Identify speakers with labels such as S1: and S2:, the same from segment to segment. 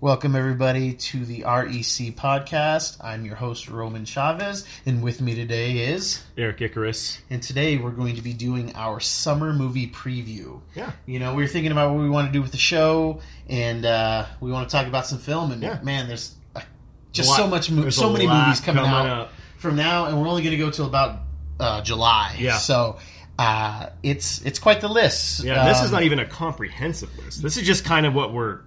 S1: Welcome, everybody, to the REC podcast. I'm your host, Roman Chavez, and with me today is.
S2: Eric Icarus.
S1: And today we're going to be doing our summer movie preview.
S2: Yeah.
S1: You know, we were thinking about what we want to do with the show, and uh, we want to talk about some film, and
S2: Yeah.
S1: man, there's uh, just
S2: Lot-
S1: so much, mo-
S2: there's
S1: so
S2: a
S1: many
S2: lot
S1: movies coming, out
S2: up.
S1: from now, and we're only going to go till about uh, July.
S2: Yeah.
S1: So. Uh, it's it's quite the list.
S2: Yeah, and this is
S1: Um,
S2: not even a comprehensive list. This is just kind of what we're.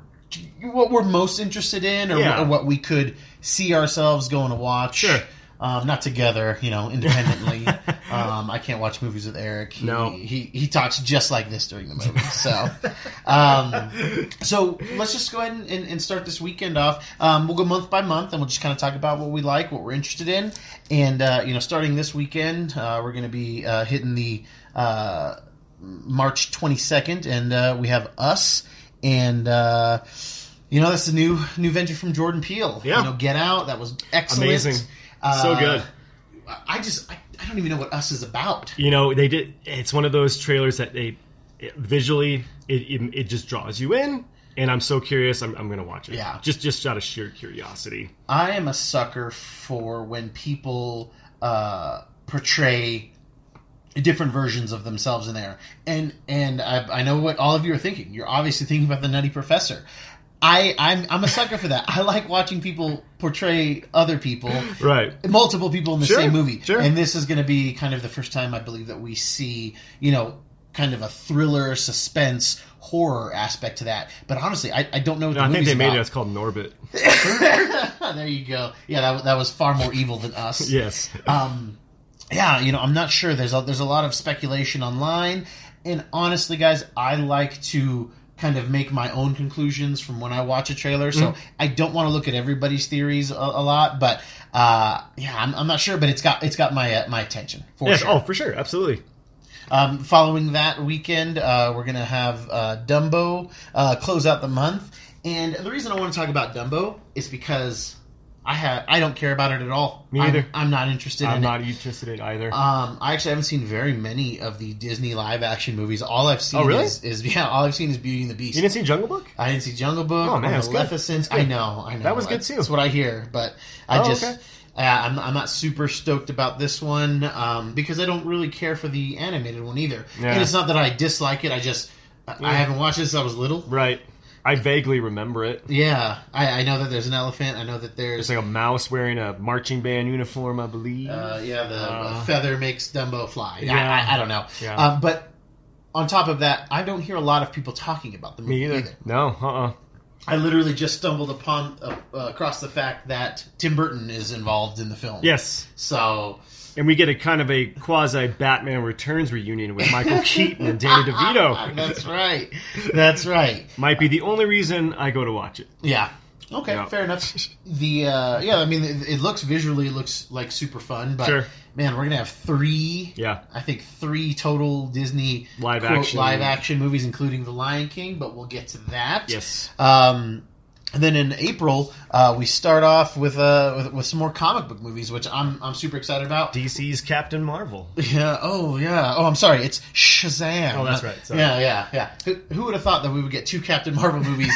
S1: what we're most interested in or,
S2: Yeah.
S1: or what we could see ourselves going to watch.
S2: Sure.
S1: Um, not together, you know, independently. um, I can't watch movies with Eric. He,
S2: No.
S1: He, he talks just like this during the movie. So, um, so let's just go ahead and, and, and start this weekend off. Um, we'll go month by month and we'll just kind of talk about what we like, what we're interested in. And, uh, you know, starting this weekend, uh, we're going to be uh, hitting the. Uh, March 22nd, and uh, we have us, and uh, you know that's the new new venture from Jordan Peele.
S2: Yeah.
S1: you know, Get Out that was excellent,
S2: Amazing. So
S1: Uh,
S2: good.
S1: I- I just I, I don't even know what Us is about.
S2: You know, they did. It's one of those trailers that they it, visually it, it it just draws you in, and I'm so curious. I'm, I'm gonna watch it.
S1: Yeah.
S2: Just just out of sheer curiosity.
S1: I am a sucker for when people uh, portray different versions of themselves in there, and and I, I know what all of you are thinking. You're obviously thinking about the Nutty Professor. I, I'm I'm a sucker for that. I like watching people portray other people
S2: Right.
S1: multiple people in the
S2: Sure,
S1: same movie.
S2: sure.
S1: And this is going to be kind of the first time I believe that we see, you know, kind of a thriller, suspense, horror aspect to that. But honestly, I, I don't know what
S2: No,
S1: the
S2: I think
S1: movie's
S2: they made it.
S1: about.
S2: It's called Norbit.
S1: there you go. Yeah, that, that was far more evil than us.
S2: Yes.
S1: Um, yeah, you know, I'm not sure. There's a, there's a lot of speculation online, and honestly, guys, I like to kind of make my own conclusions from when I watch a trailer. So
S2: Mm-hmm.
S1: I don't want to look at everybody's theories a, a lot, but uh, yeah, I'm, I'm not sure. But it's got it's got my uh, my attention for
S2: yes.
S1: sure.
S2: Oh, for sure. Absolutely.
S1: Um, following that weekend, uh, we're going to have uh, Dumbo uh, close out the month. And the reason I want to talk about Dumbo is because I have I don't care about it at all.
S2: Me
S1: I'm-
S2: either.
S1: I'm, not interested
S2: I'm
S1: in it.
S2: not interested in either.
S1: Um, I actually haven't seen very many of the Disney live action movies. All I've seen
S2: Oh, really?
S1: is, is yeah, all I've seen is Beauty and the Beast.
S2: you didn't see Jungle Book?
S1: I didn't see Jungle Book.
S2: Oh, man,
S1: or
S2: that's good.
S1: Maleficent. I know, I know.
S2: That was good,
S1: That's-
S2: too.
S1: That's what I hear, but I
S2: Oh,
S1: just.
S2: okay.
S1: Uh, I'm, I'm not super stoked about this one um, because I don't really care for the animated one either.
S2: Yeah.
S1: And it's not that I dislike it. I just I- I
S2: Yeah.
S1: haven't watched it since I was little.
S2: Right. I vaguely remember it.
S1: Yeah, I, I know that there's an elephant. I know that
S2: It's
S1: there's
S2: like a mouse wearing a marching band uniform, I believe.
S1: Uh, yeah, the
S2: Uh,
S1: feather makes Dumbo fly.
S2: yeah.
S1: I, I, I don't know.
S2: Yeah.
S1: Um, but on top of that, I don't hear a lot of people talking about the movie
S2: Me either. No, uh uh
S1: I literally just stumbled upon uh, uh, across the fact that Tim Burton is involved in the film.
S2: Yes.
S1: So
S2: And we get a kind of a quasi Batman Returns reunion with Michael Keaton and Danny DeVito.
S1: that's right. That's right.
S2: Might be the only reason I go to watch it.
S1: Yeah. Okay,
S2: Yeah.
S1: fair enough. The uh, yeah, I mean, it, it looks visually it looks like super fun, but
S2: Sure.
S1: man, we're gonna have three
S2: Yeah.
S1: I think three total Disney
S2: Live
S1: quote,
S2: action.
S1: live action movies, including The Lion King. But we'll get to that.
S2: Yes.
S1: Um, and then in April, uh, we start off with, uh, with with some more comic book movies, which I'm I'm super excited about.
S2: DC's Captain Marvel.
S1: yeah. Oh yeah. Oh, I'm sorry. It's Shazam.
S2: Oh, that's right. Sorry.
S1: Yeah, yeah, yeah. Who, who would have thought that we would get two Captain Marvel movies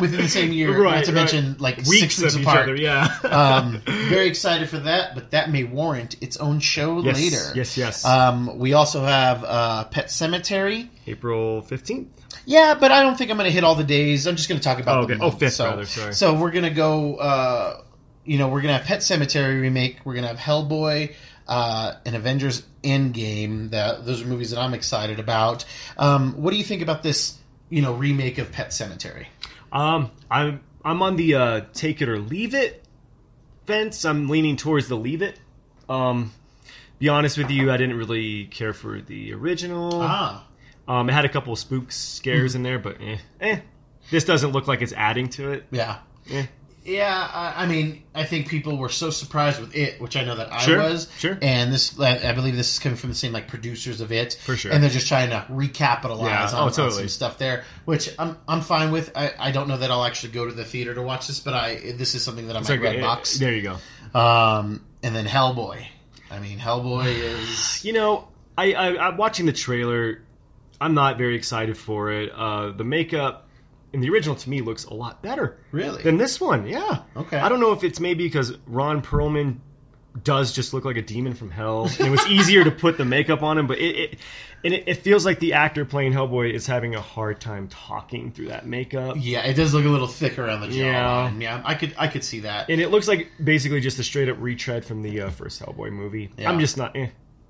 S1: within the same year?
S2: Right,
S1: not to
S2: right.
S1: mention like six
S2: Weeks
S1: weeks
S2: of each
S1: apart.
S2: other, yeah.
S1: um, very excited for that, but that may warrant its own show
S2: yes,
S1: later.
S2: Yes, yes.
S1: Um, we also have uh, Pet Cemetery.
S2: April 15th.
S1: Yeah, but I don't think I'm going to hit all the days. I'm just going to talk about
S2: Oh,
S1: the
S2: okay. Oh,
S1: month.
S2: fifth,
S1: so,
S2: rather, sorry.
S1: So we're going to go. Uh, you know, we're going to have Pet Cemetery remake. We're going to have Hellboy. Uh, and Avengers Endgame. That those are movies that I'm excited about. Um, what do you think about this? You know, remake of Pet Cemetery.
S2: Um, I'm I'm on the uh, take it or leave it fence. I'm leaning towards the leave it. Um, be honest with you, I didn't really care for the original.
S1: Ah, Mm-hmm.
S2: Um, it had a couple of spooks scares in there, but eh, eh. This doesn't look like it's adding to it.
S1: yeah.
S2: Eh.
S1: Yeah, I, I mean, I think people were so surprised with it, which I know that I
S2: Sure,
S1: was.
S2: sure.
S1: And this, I I believe, this is coming from the same like producers of it,
S2: For sure.
S1: And they're just trying to recapitalize
S2: Yeah, oh,
S1: on, on some
S2: totally.
S1: stuff there, which I'm I'm fine with. I, I don't know that I'll actually go to the theater to watch this, but I this is something that I
S2: It's
S1: might
S2: like,
S1: red
S2: eh,
S1: box.
S2: There you go.
S1: Um, and then Hellboy. I mean, Hellboy is
S2: You know, I, I I'm watching the trailer. I'm not very excited for it. Uh, the makeup and the original to me looks a lot better
S1: Really?
S2: than this one. Yeah.
S1: Okay.
S2: I don't know if it's maybe because Ron Perlman does just look like a demon from hell, and it was easier to put the makeup on him. But it, it and it, it feels like the actor playing Hellboy is having a hard time talking through that makeup.
S1: yeah, it does look a little thick around the
S2: Yeah.
S1: jawline. Yeah, I could I could see that.
S2: And it looks like basically just a straight up retread from the uh, first Hellboy movie.
S1: Yeah.
S2: I'm just not. Eh.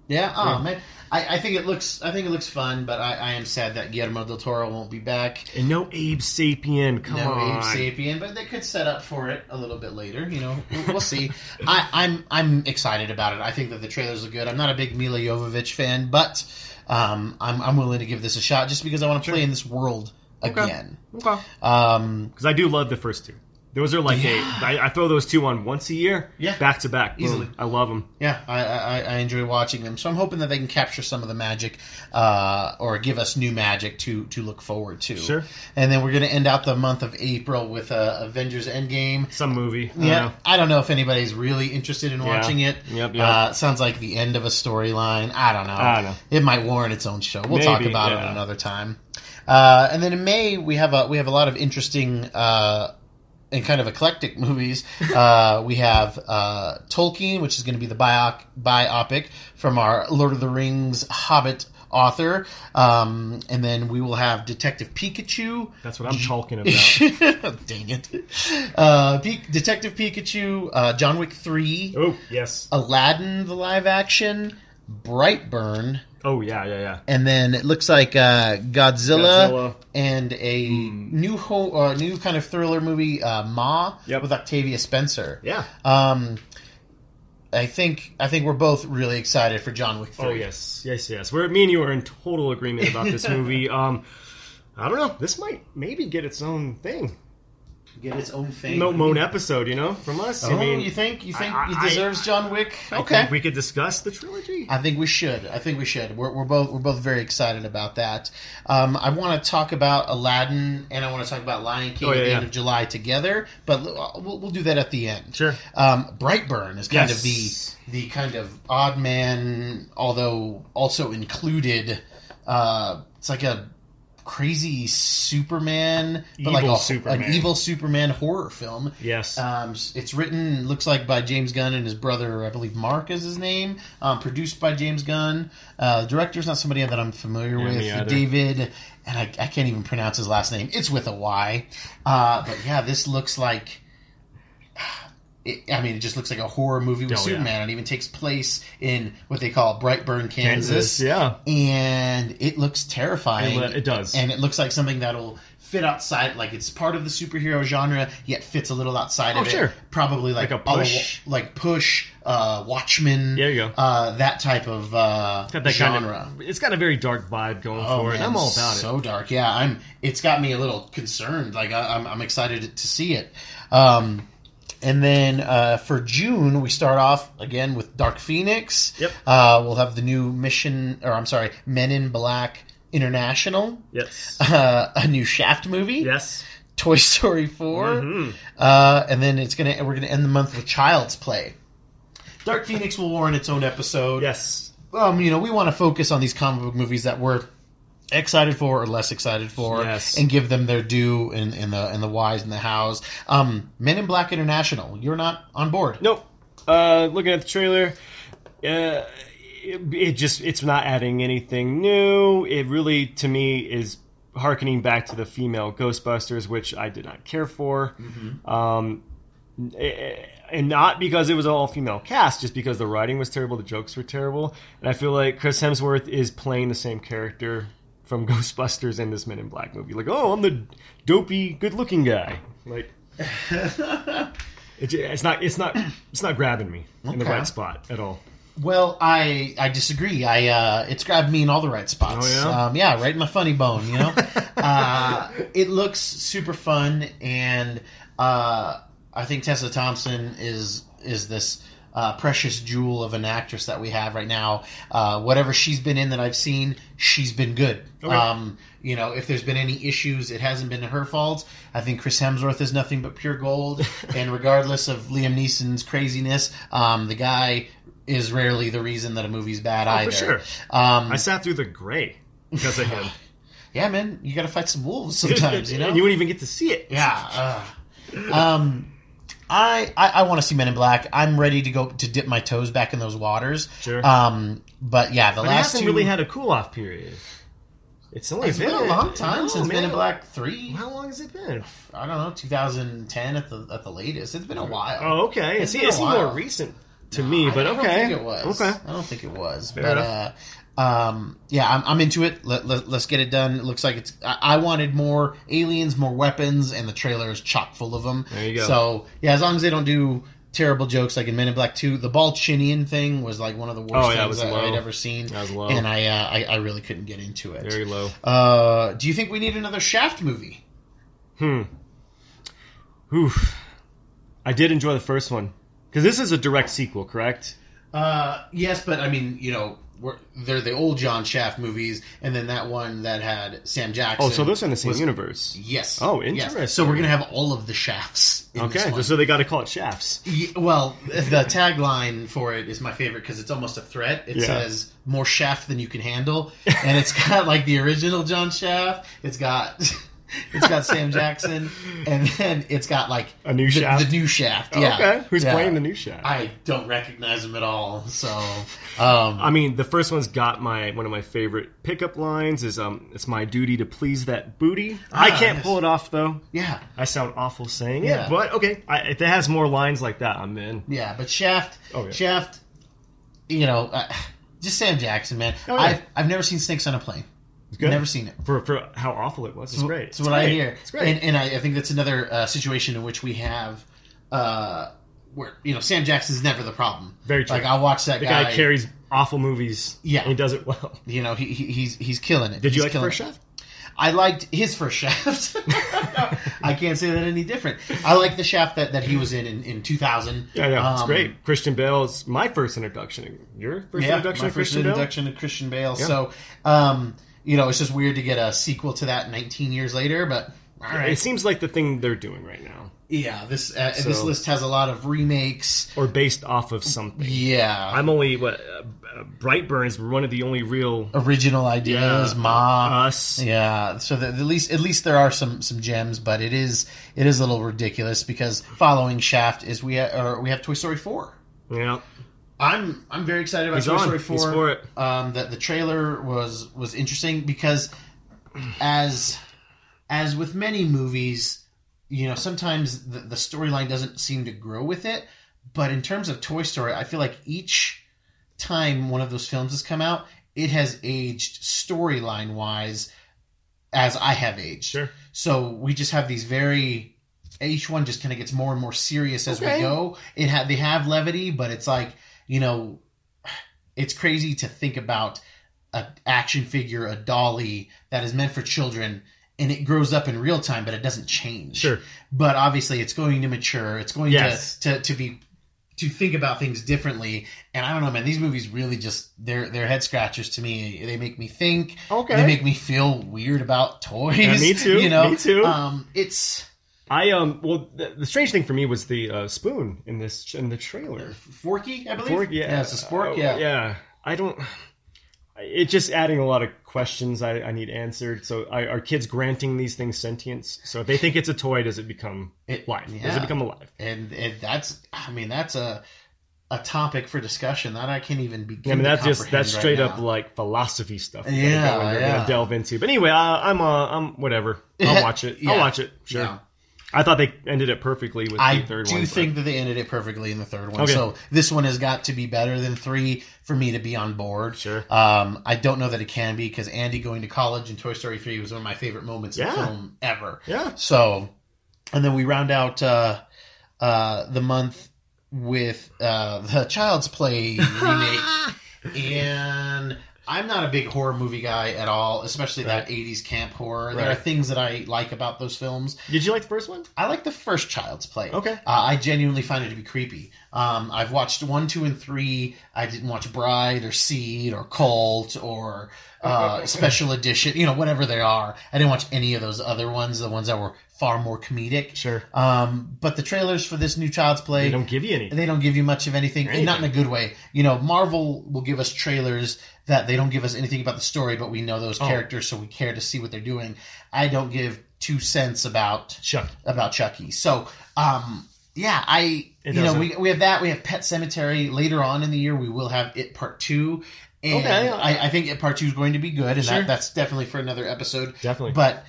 S1: Yeah, oh
S2: Yeah.
S1: man, I, I think it looks I think it looks fun, but I, I am sad that Guillermo del Toro won't be back.
S2: And no Abe Sapien. Come
S1: no
S2: on.
S1: Abe Sapien, but they could set up for it a little bit later. You know, we'll, we'll see. I, I'm I'm excited about it. I think that the trailers look good. I'm not a big Mila Jovovich fan, but um, I'm I'm willing to give this a shot just because I want to play in this world
S2: Okay.
S1: again.
S2: Okay.
S1: Um,
S2: Because I do love the first two. Those are like
S1: Yeah.
S2: a. I, I throw those two on once a year.
S1: Yeah.
S2: Back to back. Boom.
S1: Easily.
S2: I love them.
S1: yeah, I, I I enjoy watching them, so I'm hoping that they can capture some of the magic, uh, or give us new magic to to look forward to.
S2: Sure.
S1: And then we're going to end out the month of April with uh, Avengers Endgame.
S2: Some movie. I don't
S1: Yeah,
S2: know.
S1: I don't know if anybody's really interested in watching it.
S2: Yep, yep.
S1: Uh, sounds like the end of a storyline. I don't know.
S2: I don't know.
S1: It might warrant its own show. We'll talk
S2: Maybe,
S1: about it
S2: yeah.
S1: another time. Uh, and then in May we have a we have a lot of interesting uh, and kind of eclectic movies. Uh, we have uh, Tolkien, which is going to be the bioc- biopic from our Lord of the Rings Hobbit author, um, and then we will have Detective Pikachu.
S2: That's what I'm talking about.
S1: Dang it. Uh, P- Detective Pikachu, uh, John Wick 3,
S2: oh yes.
S1: Aladdin, the live action, Brightburn,
S2: Oh yeah, yeah, yeah.
S1: and then it looks like uh, Godzilla,
S2: Godzilla. Hmm.
S1: and a new ho- uh, new kind of thriller movie, uh, Ma,
S2: Yep.
S1: with Octavia Spencer.
S2: Yeah.
S1: Um, I think I think we're both really excited for John Wick 3.
S2: Oh yes, yes, yes. We're me and you are in total agreement about this movie. Um, I don't know. This might maybe get its own thing,
S1: Get its own thing.
S2: Mo moan episode, you know, from us.
S1: Oh,
S2: I mean,
S1: you think you think
S2: I-
S1: it
S2: I-
S1: deserves John Wick?
S2: I
S1: okay.
S2: think we could discuss the trilogy.
S1: I think we should. I think we should. We're, we're both we're both very excited about that. Um, I want to talk about Aladdin and I want to talk about Lion King
S2: Oh,
S1: at
S2: yeah,
S1: the end
S2: yeah.
S1: of July together, but l- uh, we'll, we'll do that at the end.
S2: Sure.
S1: Um, Brightburn is kind of
S2: Yes.
S1: the the kind of odd man, although also included. Uh, it's like a crazy Superman, but like
S2: Evil
S1: a, an
S2: Superman.
S1: evil Superman horror film.
S2: Yes.
S1: Um, it's written, looks like by James Gunn and his brother, I believe Mark is his name. Um, produced by James Gunn. Uh, the director's not somebody that I'm familiar
S2: Yeah, me
S1: with.
S2: either.
S1: David, and I, I can't even pronounce his last name. It's with a Y. Uh, but yeah, this looks like. It, I mean, it just looks like a horror movie with
S2: Oh, yeah.
S1: Superman. It even takes place in what they call Brightburn, Kansas,
S2: Kansas. Yeah. uh,
S1: and it looks terrifying.
S2: It, it does.
S1: And it looks like something that'll fit outside, like it's part of the superhero genre, yet fits a little outside
S2: Oh,
S1: of it.
S2: sure.
S1: Probably like,
S2: Like a
S1: all the
S2: Push?
S1: wa- like push, uh, Watchmen.
S2: There you go.
S1: Uh, that type of uh,
S2: It's got that
S1: genre.
S2: kind of. It's got a very dark vibe going
S1: Oh,
S2: for it.
S1: man,
S2: I'm all about it.
S1: So dark, yeah. I'm. It's got me a little concerned. Like I, I'm, I'm excited to see it. Um, and then uh, for June, we start off again with Dark Phoenix.
S2: Yep.
S1: Uh, we'll have the new Mission, or I'm sorry, Men in Black International
S2: Yes.
S1: uh, a new Shaft movie,
S2: yes.
S1: Toy Story 4
S2: Mhm.
S1: uh, and then it's gonna we're gonna end the month with Child's Play. Dark Phoenix will warrant its own episode.
S2: Yes.
S1: Um, you know, we want to focus on these comic book movies that we're excited for or less excited for,
S2: Yes.
S1: and give them their due in, in the in the whys and the hows. Um, Men in Black International, you're not on board.
S2: Nope. Uh, looking at the trailer, uh, it, it just it's not adding anything new. It really, to me, is harkening back to the female Ghostbusters, which I did not care for. Um, eh, and not because it was an all female cast, just because the writing was terrible, the jokes were terrible, and I feel like Chris Hemsworth is playing the same character from Ghostbusters in this Men in Black movie. Like, oh, I'm the dopey, good looking guy. Like, it, ju- it's not, it's not, it's not grabbing me in the
S1: Okay.
S2: right spot at all.
S1: Well, I I disagree. I uh, it's grabbed me in all the right spots.
S2: Oh, yeah?
S1: um, yeah, right in my funny bone. You know, uh, it looks super fun, and uh, I think Tessa Thompson is is this. Uh, precious jewel of an actress that we have right now. Uh, whatever she's been in that I've seen, she's been good.
S2: Okay.
S1: Um, you know, if there's been any issues, it hasn't been her fault. I think Chris Hemsworth is nothing but pure gold, and regardless of Liam Neeson's craziness, um, the guy is rarely the reason that a movie's bad
S2: Oh,
S1: either.
S2: for sure.
S1: Um,
S2: I sat through the gray because of him.
S1: yeah, man, you got to fight some wolves sometimes, you know.
S2: and you wouldn't even get to see it.
S1: yeah. ugh. um, I I, I want to see Men in Black. I'm ready to go to dip my toes back in those waters.
S2: Sure.
S1: Um, but yeah, the
S2: but it
S1: last
S2: hasn't
S1: two.
S2: really had a cool off period. It's only
S1: it's been a long time
S2: No,
S1: since Men in
S2: man.
S1: Black Three.
S2: How long has it been?
S1: I don't know, 2010 at the at the latest. It's been a while.
S2: Oh, okay.
S1: It's
S2: It's, it's,
S1: been a
S2: more
S1: while.
S2: recent to me,
S1: I-
S2: but
S1: I
S2: okay.
S1: don't think it was.
S2: Okay.
S1: I don't think it was.
S2: Fair
S1: but uh, um, yeah, I'm, I'm into it. Let, let, us get it done. It looks like it's. I, I wanted more aliens, more weapons, and the trailer is chock full of them.
S2: There you go.
S1: So yeah, as long as they don't do terrible jokes like in Men in Black Two, the Balchinian thing was like one of the worst
S2: Oh, yeah, it
S1: things
S2: was
S1: that
S2: low.
S1: I'd ever seen,
S2: That was low.
S1: and I, uh, I I really couldn't get into it.
S2: Very low.
S1: Uh, do you think we need another Shaft movie?
S2: Hmm. Oof. I did enjoy the first one because this is a direct sequel, correct?
S1: Uh, yes, but I mean, you know, we're, they're the old John Shaft movies, and then that one that had Sam Jackson.
S2: Oh, so those are in the same
S1: was-
S2: universe.
S1: Yes.
S2: Oh,
S1: Yes.
S2: interesting.
S1: So we're gonna have all of the shafts. In This
S2: Okay,
S1: one.
S2: so they got to call it shafts.
S1: Y- well, the tagline for it is my favorite because it's almost a threat. It
S2: Yeah.
S1: says "more shaft than you can handle," and it's got like the original John Shaft. It's got. It's got Sam Jackson, and then it's got like
S2: A new
S1: the,
S2: Shaft?
S1: The new Shaft, yeah.
S2: Okay, who's
S1: Yeah.
S2: playing the new shaft? I,
S1: I don't recognize him at all. So, um,
S2: mean, the first one's got my one of my favorite pickup lines is um, it's my duty to please that booty. I
S1: Ah,
S2: can't
S1: yes.
S2: pull it off though.
S1: yeah,
S2: I sound awful saying
S1: Yeah.
S2: it, but okay. I, if it has more lines like that, I'm in.
S1: Yeah, but Shaft,
S2: Oh, yeah.
S1: Shaft, you know, uh, just Sam Jackson, man.
S2: Oh, yeah.
S1: I've I've never seen snakes on a plane.
S2: good.
S1: Never seen it.
S2: For, for how awful it was, it's great.
S1: That's what
S2: It's
S1: I
S2: great.
S1: hear.
S2: It's great.
S1: And, and I, I think that's another uh, situation in which we have, uh, where you know Sam Jackson's never the problem.
S2: Very true.
S1: Like I watch that
S2: the
S1: guy.
S2: guy, carries awful movies.
S1: Yeah.
S2: and he does it well.
S1: you know, he, he he's he's killing it.
S2: Did
S1: He's
S2: you like the
S1: killing
S2: first
S1: it.
S2: shaft?
S1: I liked his first Shaft. I can't say that any different. I like the Shaft that, that he was in in, in two thousand.
S2: Yeah, yeah,
S1: Um,
S2: it's great. Christian Bale's my first introduction. Your first introduction
S1: my first
S2: to Christian Bale.
S1: introduction to Christian Bale. So, um, you know, it's just weird to get a sequel to that 19 years later. But all
S2: It
S1: right,
S2: seems like the thing they're doing right now,
S1: yeah, this uh, this
S2: So-
S1: list has a lot of remakes.
S2: or based off of something.
S1: Yeah,
S2: I'm only what uh, uh, Brightburns were one of the only real
S1: original ideas,
S2: Yeah,
S1: Ma.
S2: us.
S1: Uh, yeah, so that at least at least there are some some gems, but it is it is a little ridiculous because following Shaft is we ha- or we have Toy Story four.
S2: Yeah,
S1: I'm I'm very excited about
S2: He's
S1: Toy
S2: on.
S1: Story
S2: He's
S1: Four.
S2: for it.
S1: Um, the the trailer was was interesting because as as with many movies, you know, sometimes the, the storyline doesn't seem to grow with it. But in terms of Toy Story, I feel like each time one of those films has come out, it has aged storyline wise as I have aged.
S2: sure.
S1: So we just have these very each one just kind of gets more and more serious as
S2: Okay.
S1: we go. It ha- they have levity, but it's like you know, it's crazy to think about a action figure, a dolly that is meant for children, and it grows up in real time, but it doesn't change.
S2: Sure.
S1: But obviously, it's going to mature. It's going
S2: Yes.
S1: to, to to be to think about things differently. And I don't know, man. These movies really just they're they're head scratchers to me. They make me think.
S2: Okay.
S1: They make me feel weird about toys.
S2: Yeah, me too,
S1: You know.
S2: me too.
S1: Um, it's
S2: I um well the, the strange thing for me was the uh, spoon in this in the trailer.
S1: Forky, I believe.
S2: Fork, yeah.
S1: it's a spork.
S2: Uh,
S1: yeah.
S2: yeah. I don't. It's just adding a lot of questions I, I need answered. So, I, are kids granting these things sentience? So, if they think it's a toy, does it become
S1: It-
S2: life? Does
S1: yeah.
S2: it become alive?
S1: And, and that's, I mean, that's a a topic for discussion that I can't even begin.
S2: I mean,
S1: to
S2: that's just that's
S1: comprehend
S2: straight
S1: right
S2: up
S1: now.
S2: like philosophy stuff.
S1: Yeah,
S2: that we're
S1: yeah.
S2: gonna delve into. But anyway, I, I'm uh, I'm whatever. I'll watch it. I'll
S1: Yeah.
S2: watch it. Sure.
S1: Yeah.
S2: I thought they ended it perfectly with
S1: I
S2: the third
S1: do
S2: one. but-
S1: think that they ended it perfectly in the third one.
S2: Okay.
S1: So this one has got to be better than three for me to be on board.
S2: Sure.
S1: Um, I don't know that it can be because Andy going to college in Toy Story three was one of my favorite moments
S2: Yeah.
S1: in film ever.
S2: yeah.
S1: So, and then we round out uh, uh, the month with uh, the Child's Play remake. and I'm not a big horror movie guy at all, especially that 80s camp horror. There are
S2: Right.
S1: things that I like about those films.
S2: Did you like the first one?
S1: I like the first Child's Play.
S2: Okay.
S1: Uh, I genuinely find it to be creepy. Um, I've watched one, two, and three. I didn't watch Bride or Seed or Cult or uh, Special Edition, you know, whatever they are. I didn't watch any of those other ones, the ones that were far more comedic.
S2: Sure.
S1: Um, but the trailers for this new Child's Play
S2: They don't give you any.
S1: they don't give you much of anything, and not in a good way. You know, Marvel will give us trailers that they don't give us anything about the story, but we know those
S2: Oh.
S1: characters, so we care to see what they're doing. I don't give two cents about
S2: Chuck.
S1: about Chucky. So, um, yeah, I you
S2: It
S1: know
S2: doesn't-
S1: we we have that. We have Pet Cemetery later on in the year. We will have It Part Two, and
S2: Okay, yeah.
S1: I, I think It Part Two is going to be good, and
S2: Sure.
S1: that, that's definitely for another episode.
S2: Definitely.
S1: But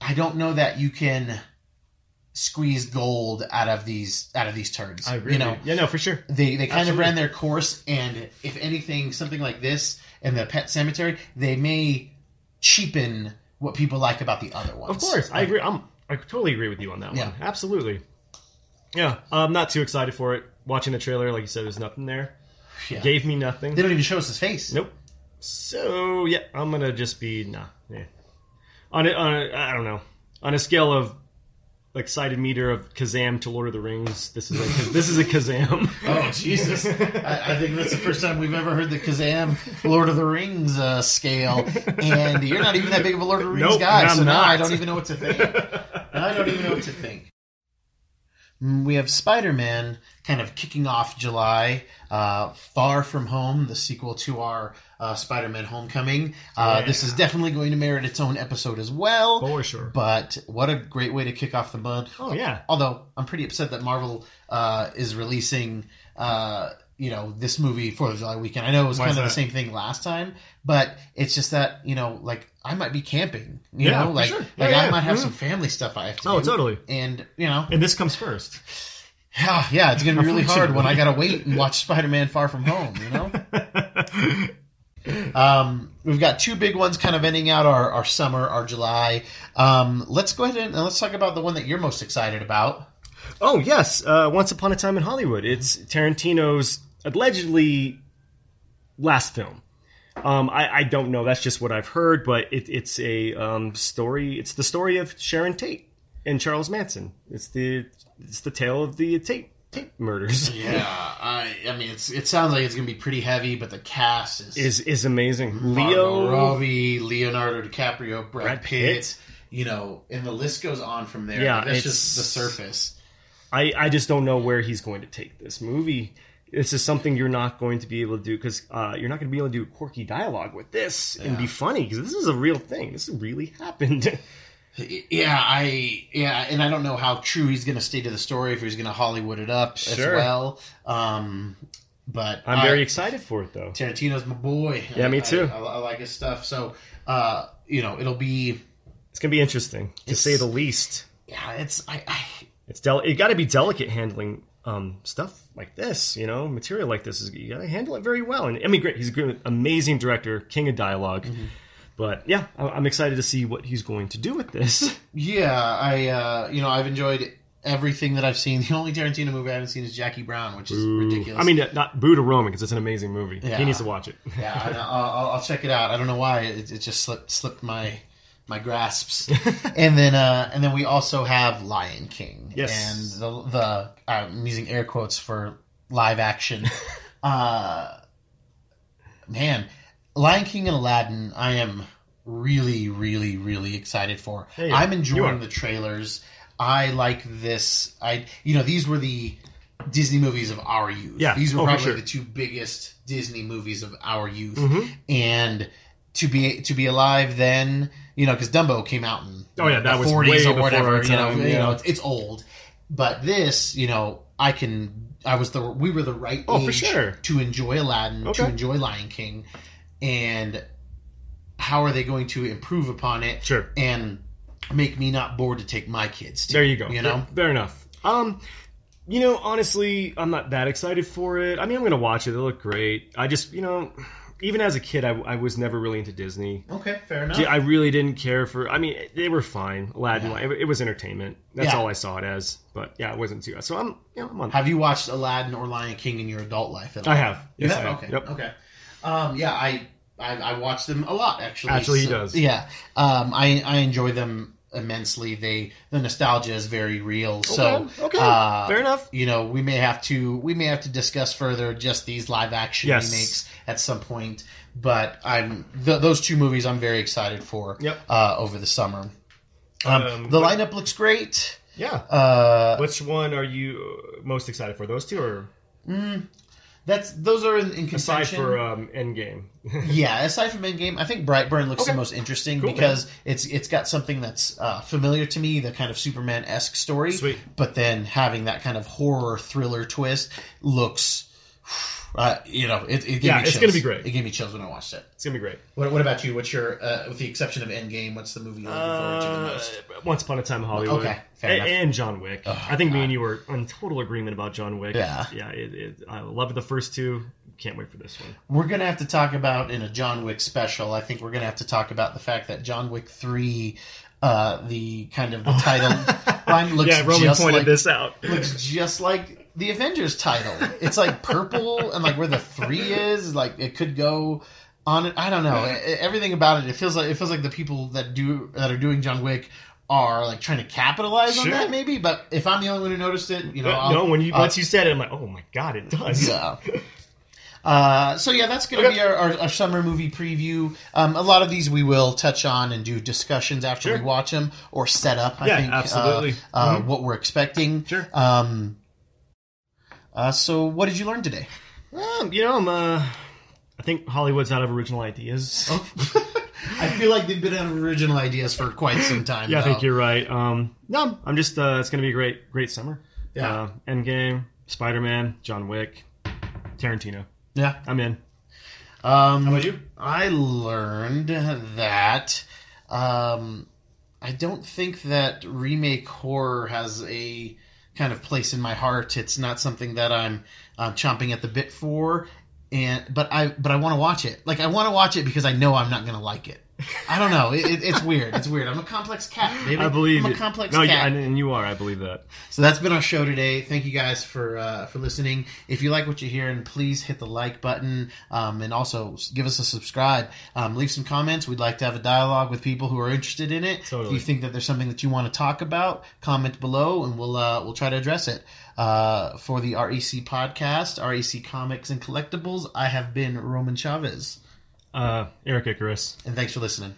S1: I don't know that you can squeeze gold out of these out of these turds.
S2: I agree.
S1: You
S2: with
S1: know,
S2: Yeah, no, for sure.
S1: they they kind of
S2: Absolutely.
S1: ran their course, and if anything, something like this and the Pet Cemetery, they may cheapen what people like about the other ones.
S2: Of course, I
S1: Like,
S2: agree. I'm, I totally agree with you on that
S1: Yeah.
S2: one. Absolutely. Yeah, I'm not too excited for it. Watching the trailer, like you said, there's nothing there.
S1: yeah.
S2: Gave me nothing.
S1: They don't even show us his face.
S2: Nope. So yeah, I'm gonna just be nah. Yeah. On it, on a, I don't know. On a scale of like sided meter of Kazam to Lord of the Rings, this is like this is a Kazam.
S1: Oh Jesus! I, I think that's the first time we've ever heard the Kazam Lord of the Rings uh, scale, and you're not even that big of a Lord of the Rings
S2: Nope,
S1: guy,
S2: I'm
S1: so now I
S2: not.
S1: don't even know what to think. Now I don't even know what to think. Mm, We have Spider Man kind of kicking off July. Uh, Far From Home, the sequel to our uh, Spider Man Homecoming. Uh, This is definitely going to merit its own episode as well.
S2: For sure.
S1: But what a great way to kick off the month.
S2: Oh yeah.
S1: Although I'm pretty upset that Marvel uh, is releasing, uh, you know, this movie for the July weekend. I know it was
S2: Why
S1: kind
S2: is
S1: of the
S2: that?
S1: same thing last time, but it's just that you know, like I might be camping, you
S2: Yeah,
S1: know,
S2: for
S1: like
S2: sure.
S1: like
S2: Yeah,
S1: I
S2: yeah,
S1: might have
S2: mhm.
S1: some family stuff I have to.
S2: Oh
S1: do.
S2: totally.
S1: And you know,
S2: And this comes first.
S1: yeah, yeah, it's gonna be really hard when I gotta wait and watch Spider-Man: Far From Home. You know. Um, we've got two big ones kind of ending out our, our summer, our July. Um, let's go ahead and, and let's talk about the one that you're most excited about.
S2: Oh yes, uh, Once Upon a Time in Hollywood. It's Tarantino's allegedly last film. Um, I, I don't know. That's just what I've heard, but it, it's a um, story. It's the story of Sharon Tate and Charles Manson. It's the it's the tale of the Tate Tate murders.
S1: Yeah, I, I mean, it's it sounds like it's gonna be pretty heavy, but the cast is,
S2: Is is amazing.
S1: Margot
S2: Leo.
S1: Robbie, Leonardo DiCaprio, Brad,
S2: Brad
S1: Pitt,
S2: Pitt.
S1: You know, and the list goes on from there.
S2: Yeah,
S1: Like, that's
S2: it's-
S1: just the surface.
S2: I I just don't know where he's going to take this movie. This is something you're not going to be able to do because uh, you're not going to be able to do quirky dialogue with this and be
S1: Yeah.
S2: funny because this is a real thing. This really happened.
S1: Yeah, I yeah, and I don't know how true he's gonna stay to the story if he's gonna Hollywood it up
S2: Sure.
S1: as well. Um, but
S2: I'm
S1: I-
S2: very excited for it though.
S1: Tarantino's my boy.
S2: Yeah, me
S1: I-
S2: too.
S1: I, I like his stuff. So, uh, you know, it'll be.
S2: It's gonna be interesting to
S1: It's-
S2: say the least.
S1: Yeah, it's. I, I
S2: It's del- it got to be delicate handling um, stuff like this, you know, material like this is you got to handle it very well. And I mean, great, he's a good, amazing director, king of dialog
S1: Mm-hmm.
S2: But yeah, I- I'm excited to see what he's going to do with this.
S1: yeah, I. Uh, you know, I've enjoyed everything that I've seen. The only Tarantino movie I haven't seen is Jackie Brown, which is ridiculous.
S2: I mean, not Boo to Roman because it's an amazing movie.
S1: Yeah.
S2: He needs to watch it.
S1: yeah, I, I'll, I'll- I'll check it out. I don't know why it, it just slipped slipped my my grasps. and then uh, and then we also have Lion King.
S2: Yes.
S1: and the the I'm using air quotes for live action. uh, man, Lion King and Aladdin. I am really, really, really excited for.
S2: Yeah, yeah.
S1: I'm
S2: You
S1: enjoying
S2: are.
S1: the trailers. I like this. I you know these were the Disney movies of our youth.
S2: Yeah.
S1: these were
S2: Oh, for
S1: probably
S2: sure.
S1: the two biggest Disney movies of our youth,
S2: Mhm.
S1: and to be to be alive then, you know, because Dumbo came out in
S2: Oh, yeah, that
S1: the
S2: was way before our
S1: You know,
S2: time,
S1: you
S2: yeah.
S1: know, it's, it's old, but this, you know, I can. I was the we were the right
S2: Oh,
S1: age
S2: for sure.
S1: to enjoy Aladdin, to
S2: Okay.
S1: enjoy Lion King, and how are they going to improve upon it
S2: Sure.
S1: and make me not bored to take my kids? To,
S2: There you go.
S1: You
S2: Fair-
S1: know,
S2: fair, enough. Um, you know, honestly, I'm not that excited for it. I mean, I'm gonna watch it. It looked great. I just, you know, even as a kid, I, I was never really into Disney.
S1: okay, fair enough.
S2: Yeah, I really didn't care for. I mean, they were fine. Aladdin,
S1: Yeah.
S2: it, it was entertainment. That's
S1: Yeah.
S2: all I saw it as. But yeah, it wasn't too. So I'm, you know, I'm on.
S1: Have you watched Aladdin or Lion King in your adult life at all?
S2: I have.
S1: You
S2: Yes,
S1: have?
S2: I have.
S1: Okay.
S2: Yep.
S1: Okay. Um, yeah, I, I I watch them a lot actually.
S2: Actually, he does.
S1: Yeah. Um, I I enjoy them immensely. They the nostalgia is very real. So
S2: Okay, okay.
S1: uh,
S2: Fair enough.
S1: You know, we may have to we may have to discuss further just these live action
S2: Yes.
S1: remakes at some point. But I'm th- those two movies I'm very excited for
S2: Yep.
S1: uh, over the summer. Um,
S2: Um,
S1: the
S2: what-
S1: lineup looks great.
S2: Yeah.
S1: Uh,
S2: Which one are you uh, most excited for? Those two, or
S1: that's those are in, in
S2: aside
S1: contention.
S2: for um, Endgame?
S1: yeah, aside from Endgame, I think Brightburn looks the
S2: Okay.
S1: most interesting
S2: Cool, man.
S1: because it's it's got something that's uh, familiar to me, the kind of Superman esque story.
S2: Sweet.
S1: But then having that kind of horror thriller twist looks, uh, you know, it, it gave
S2: Yeah,
S1: me
S2: it's
S1: chills.
S2: gonna be great.
S1: It gave me chills when I watched it.
S2: it's gonna be great.
S1: What, what about you? What's your, uh, with the exception of Endgame, what's the movie you're looking forward to the
S2: Uh,
S1: most?
S2: Once Upon a Time in Hollywood.
S1: Okay, fair
S2: A-
S1: enough.
S2: and John Wick. I think me and you were in total agreement about John Wick.
S1: Yeah.
S2: Yeah. It, it, I love the first two. Can't wait for this one.
S1: We're gonna have to talk about in a John Wick special. I think we're gonna have to talk about the fact that John Wick three, uh, the kind of the title line looks
S2: Oh. yeah, Roman
S1: just
S2: pointed
S1: like
S2: this out.
S1: looks just like the Avengers title. It's like purple and like where the three is. Like it could go on. it. I don't know E- everything about it. It feels like it feels like the people that do that are doing John Wick are like trying to capitalize on
S2: Sure.
S1: that maybe. But if I'm the only one who noticed it, you know,
S2: But
S1: I'll,
S2: no, when you
S1: I'll-
S2: once you said it, I'm like, oh my god, it does.
S1: yeah. Uh, so yeah, that's going to
S2: Okay.
S1: be our, our, our summer movie preview. Um, a lot of these we will touch on and do discussions after
S2: Sure.
S1: we watch them or set up. I
S2: Yeah,
S1: think, uh,
S2: absolutely.
S1: Uh,
S2: Mhm.
S1: What we're expecting.
S2: Sure.
S1: Um, uh, so what did you learn today?
S2: Um, you know, I'm. Uh, I think Hollywood's out of original ideas.
S1: Oh, I feel like they've been out of original ideas for quite some time.
S2: yeah, I
S1: though.
S2: think you're right. Um, no, I'm just. Uh, it's gonna be a great, great summer.
S1: Yeah.
S2: Uh, Endgame, Spider Man, John Wick, Tarantino.
S1: Yeah.
S2: I'm in.
S1: Um,
S2: How about you?
S1: I learned that um, I don't think that remake horror has a kind of place in my heart. It's not something that I'm uh, chomping at the bit for, and but I but I want to watch it. Like I want to watch it because I know I'm not going to like it. I don't know. It, it, it's weird. It's weird. I'm a complex cat, baby.
S2: I believe
S1: I'm a
S2: it.
S1: complex
S2: no,
S1: cat.
S2: yeah, and, and you are. I believe that.
S1: So that's been our show today. Thank you guys for uh, for listening. If you like what you're hearing, please hit the like button um, and also s- give us a subscribe. Um, leave some comments. We'd like to have a dialogue with people who are interested in it.
S2: Totally.
S1: If you think that there's something that you want to talk about, comment below and we'll uh, we'll try to address it. Uh, for the REC podcast, REC Comics and Collectibles, I have been Roman Chavez,
S2: Uh, Eric Icarus.
S1: and thanks for listening.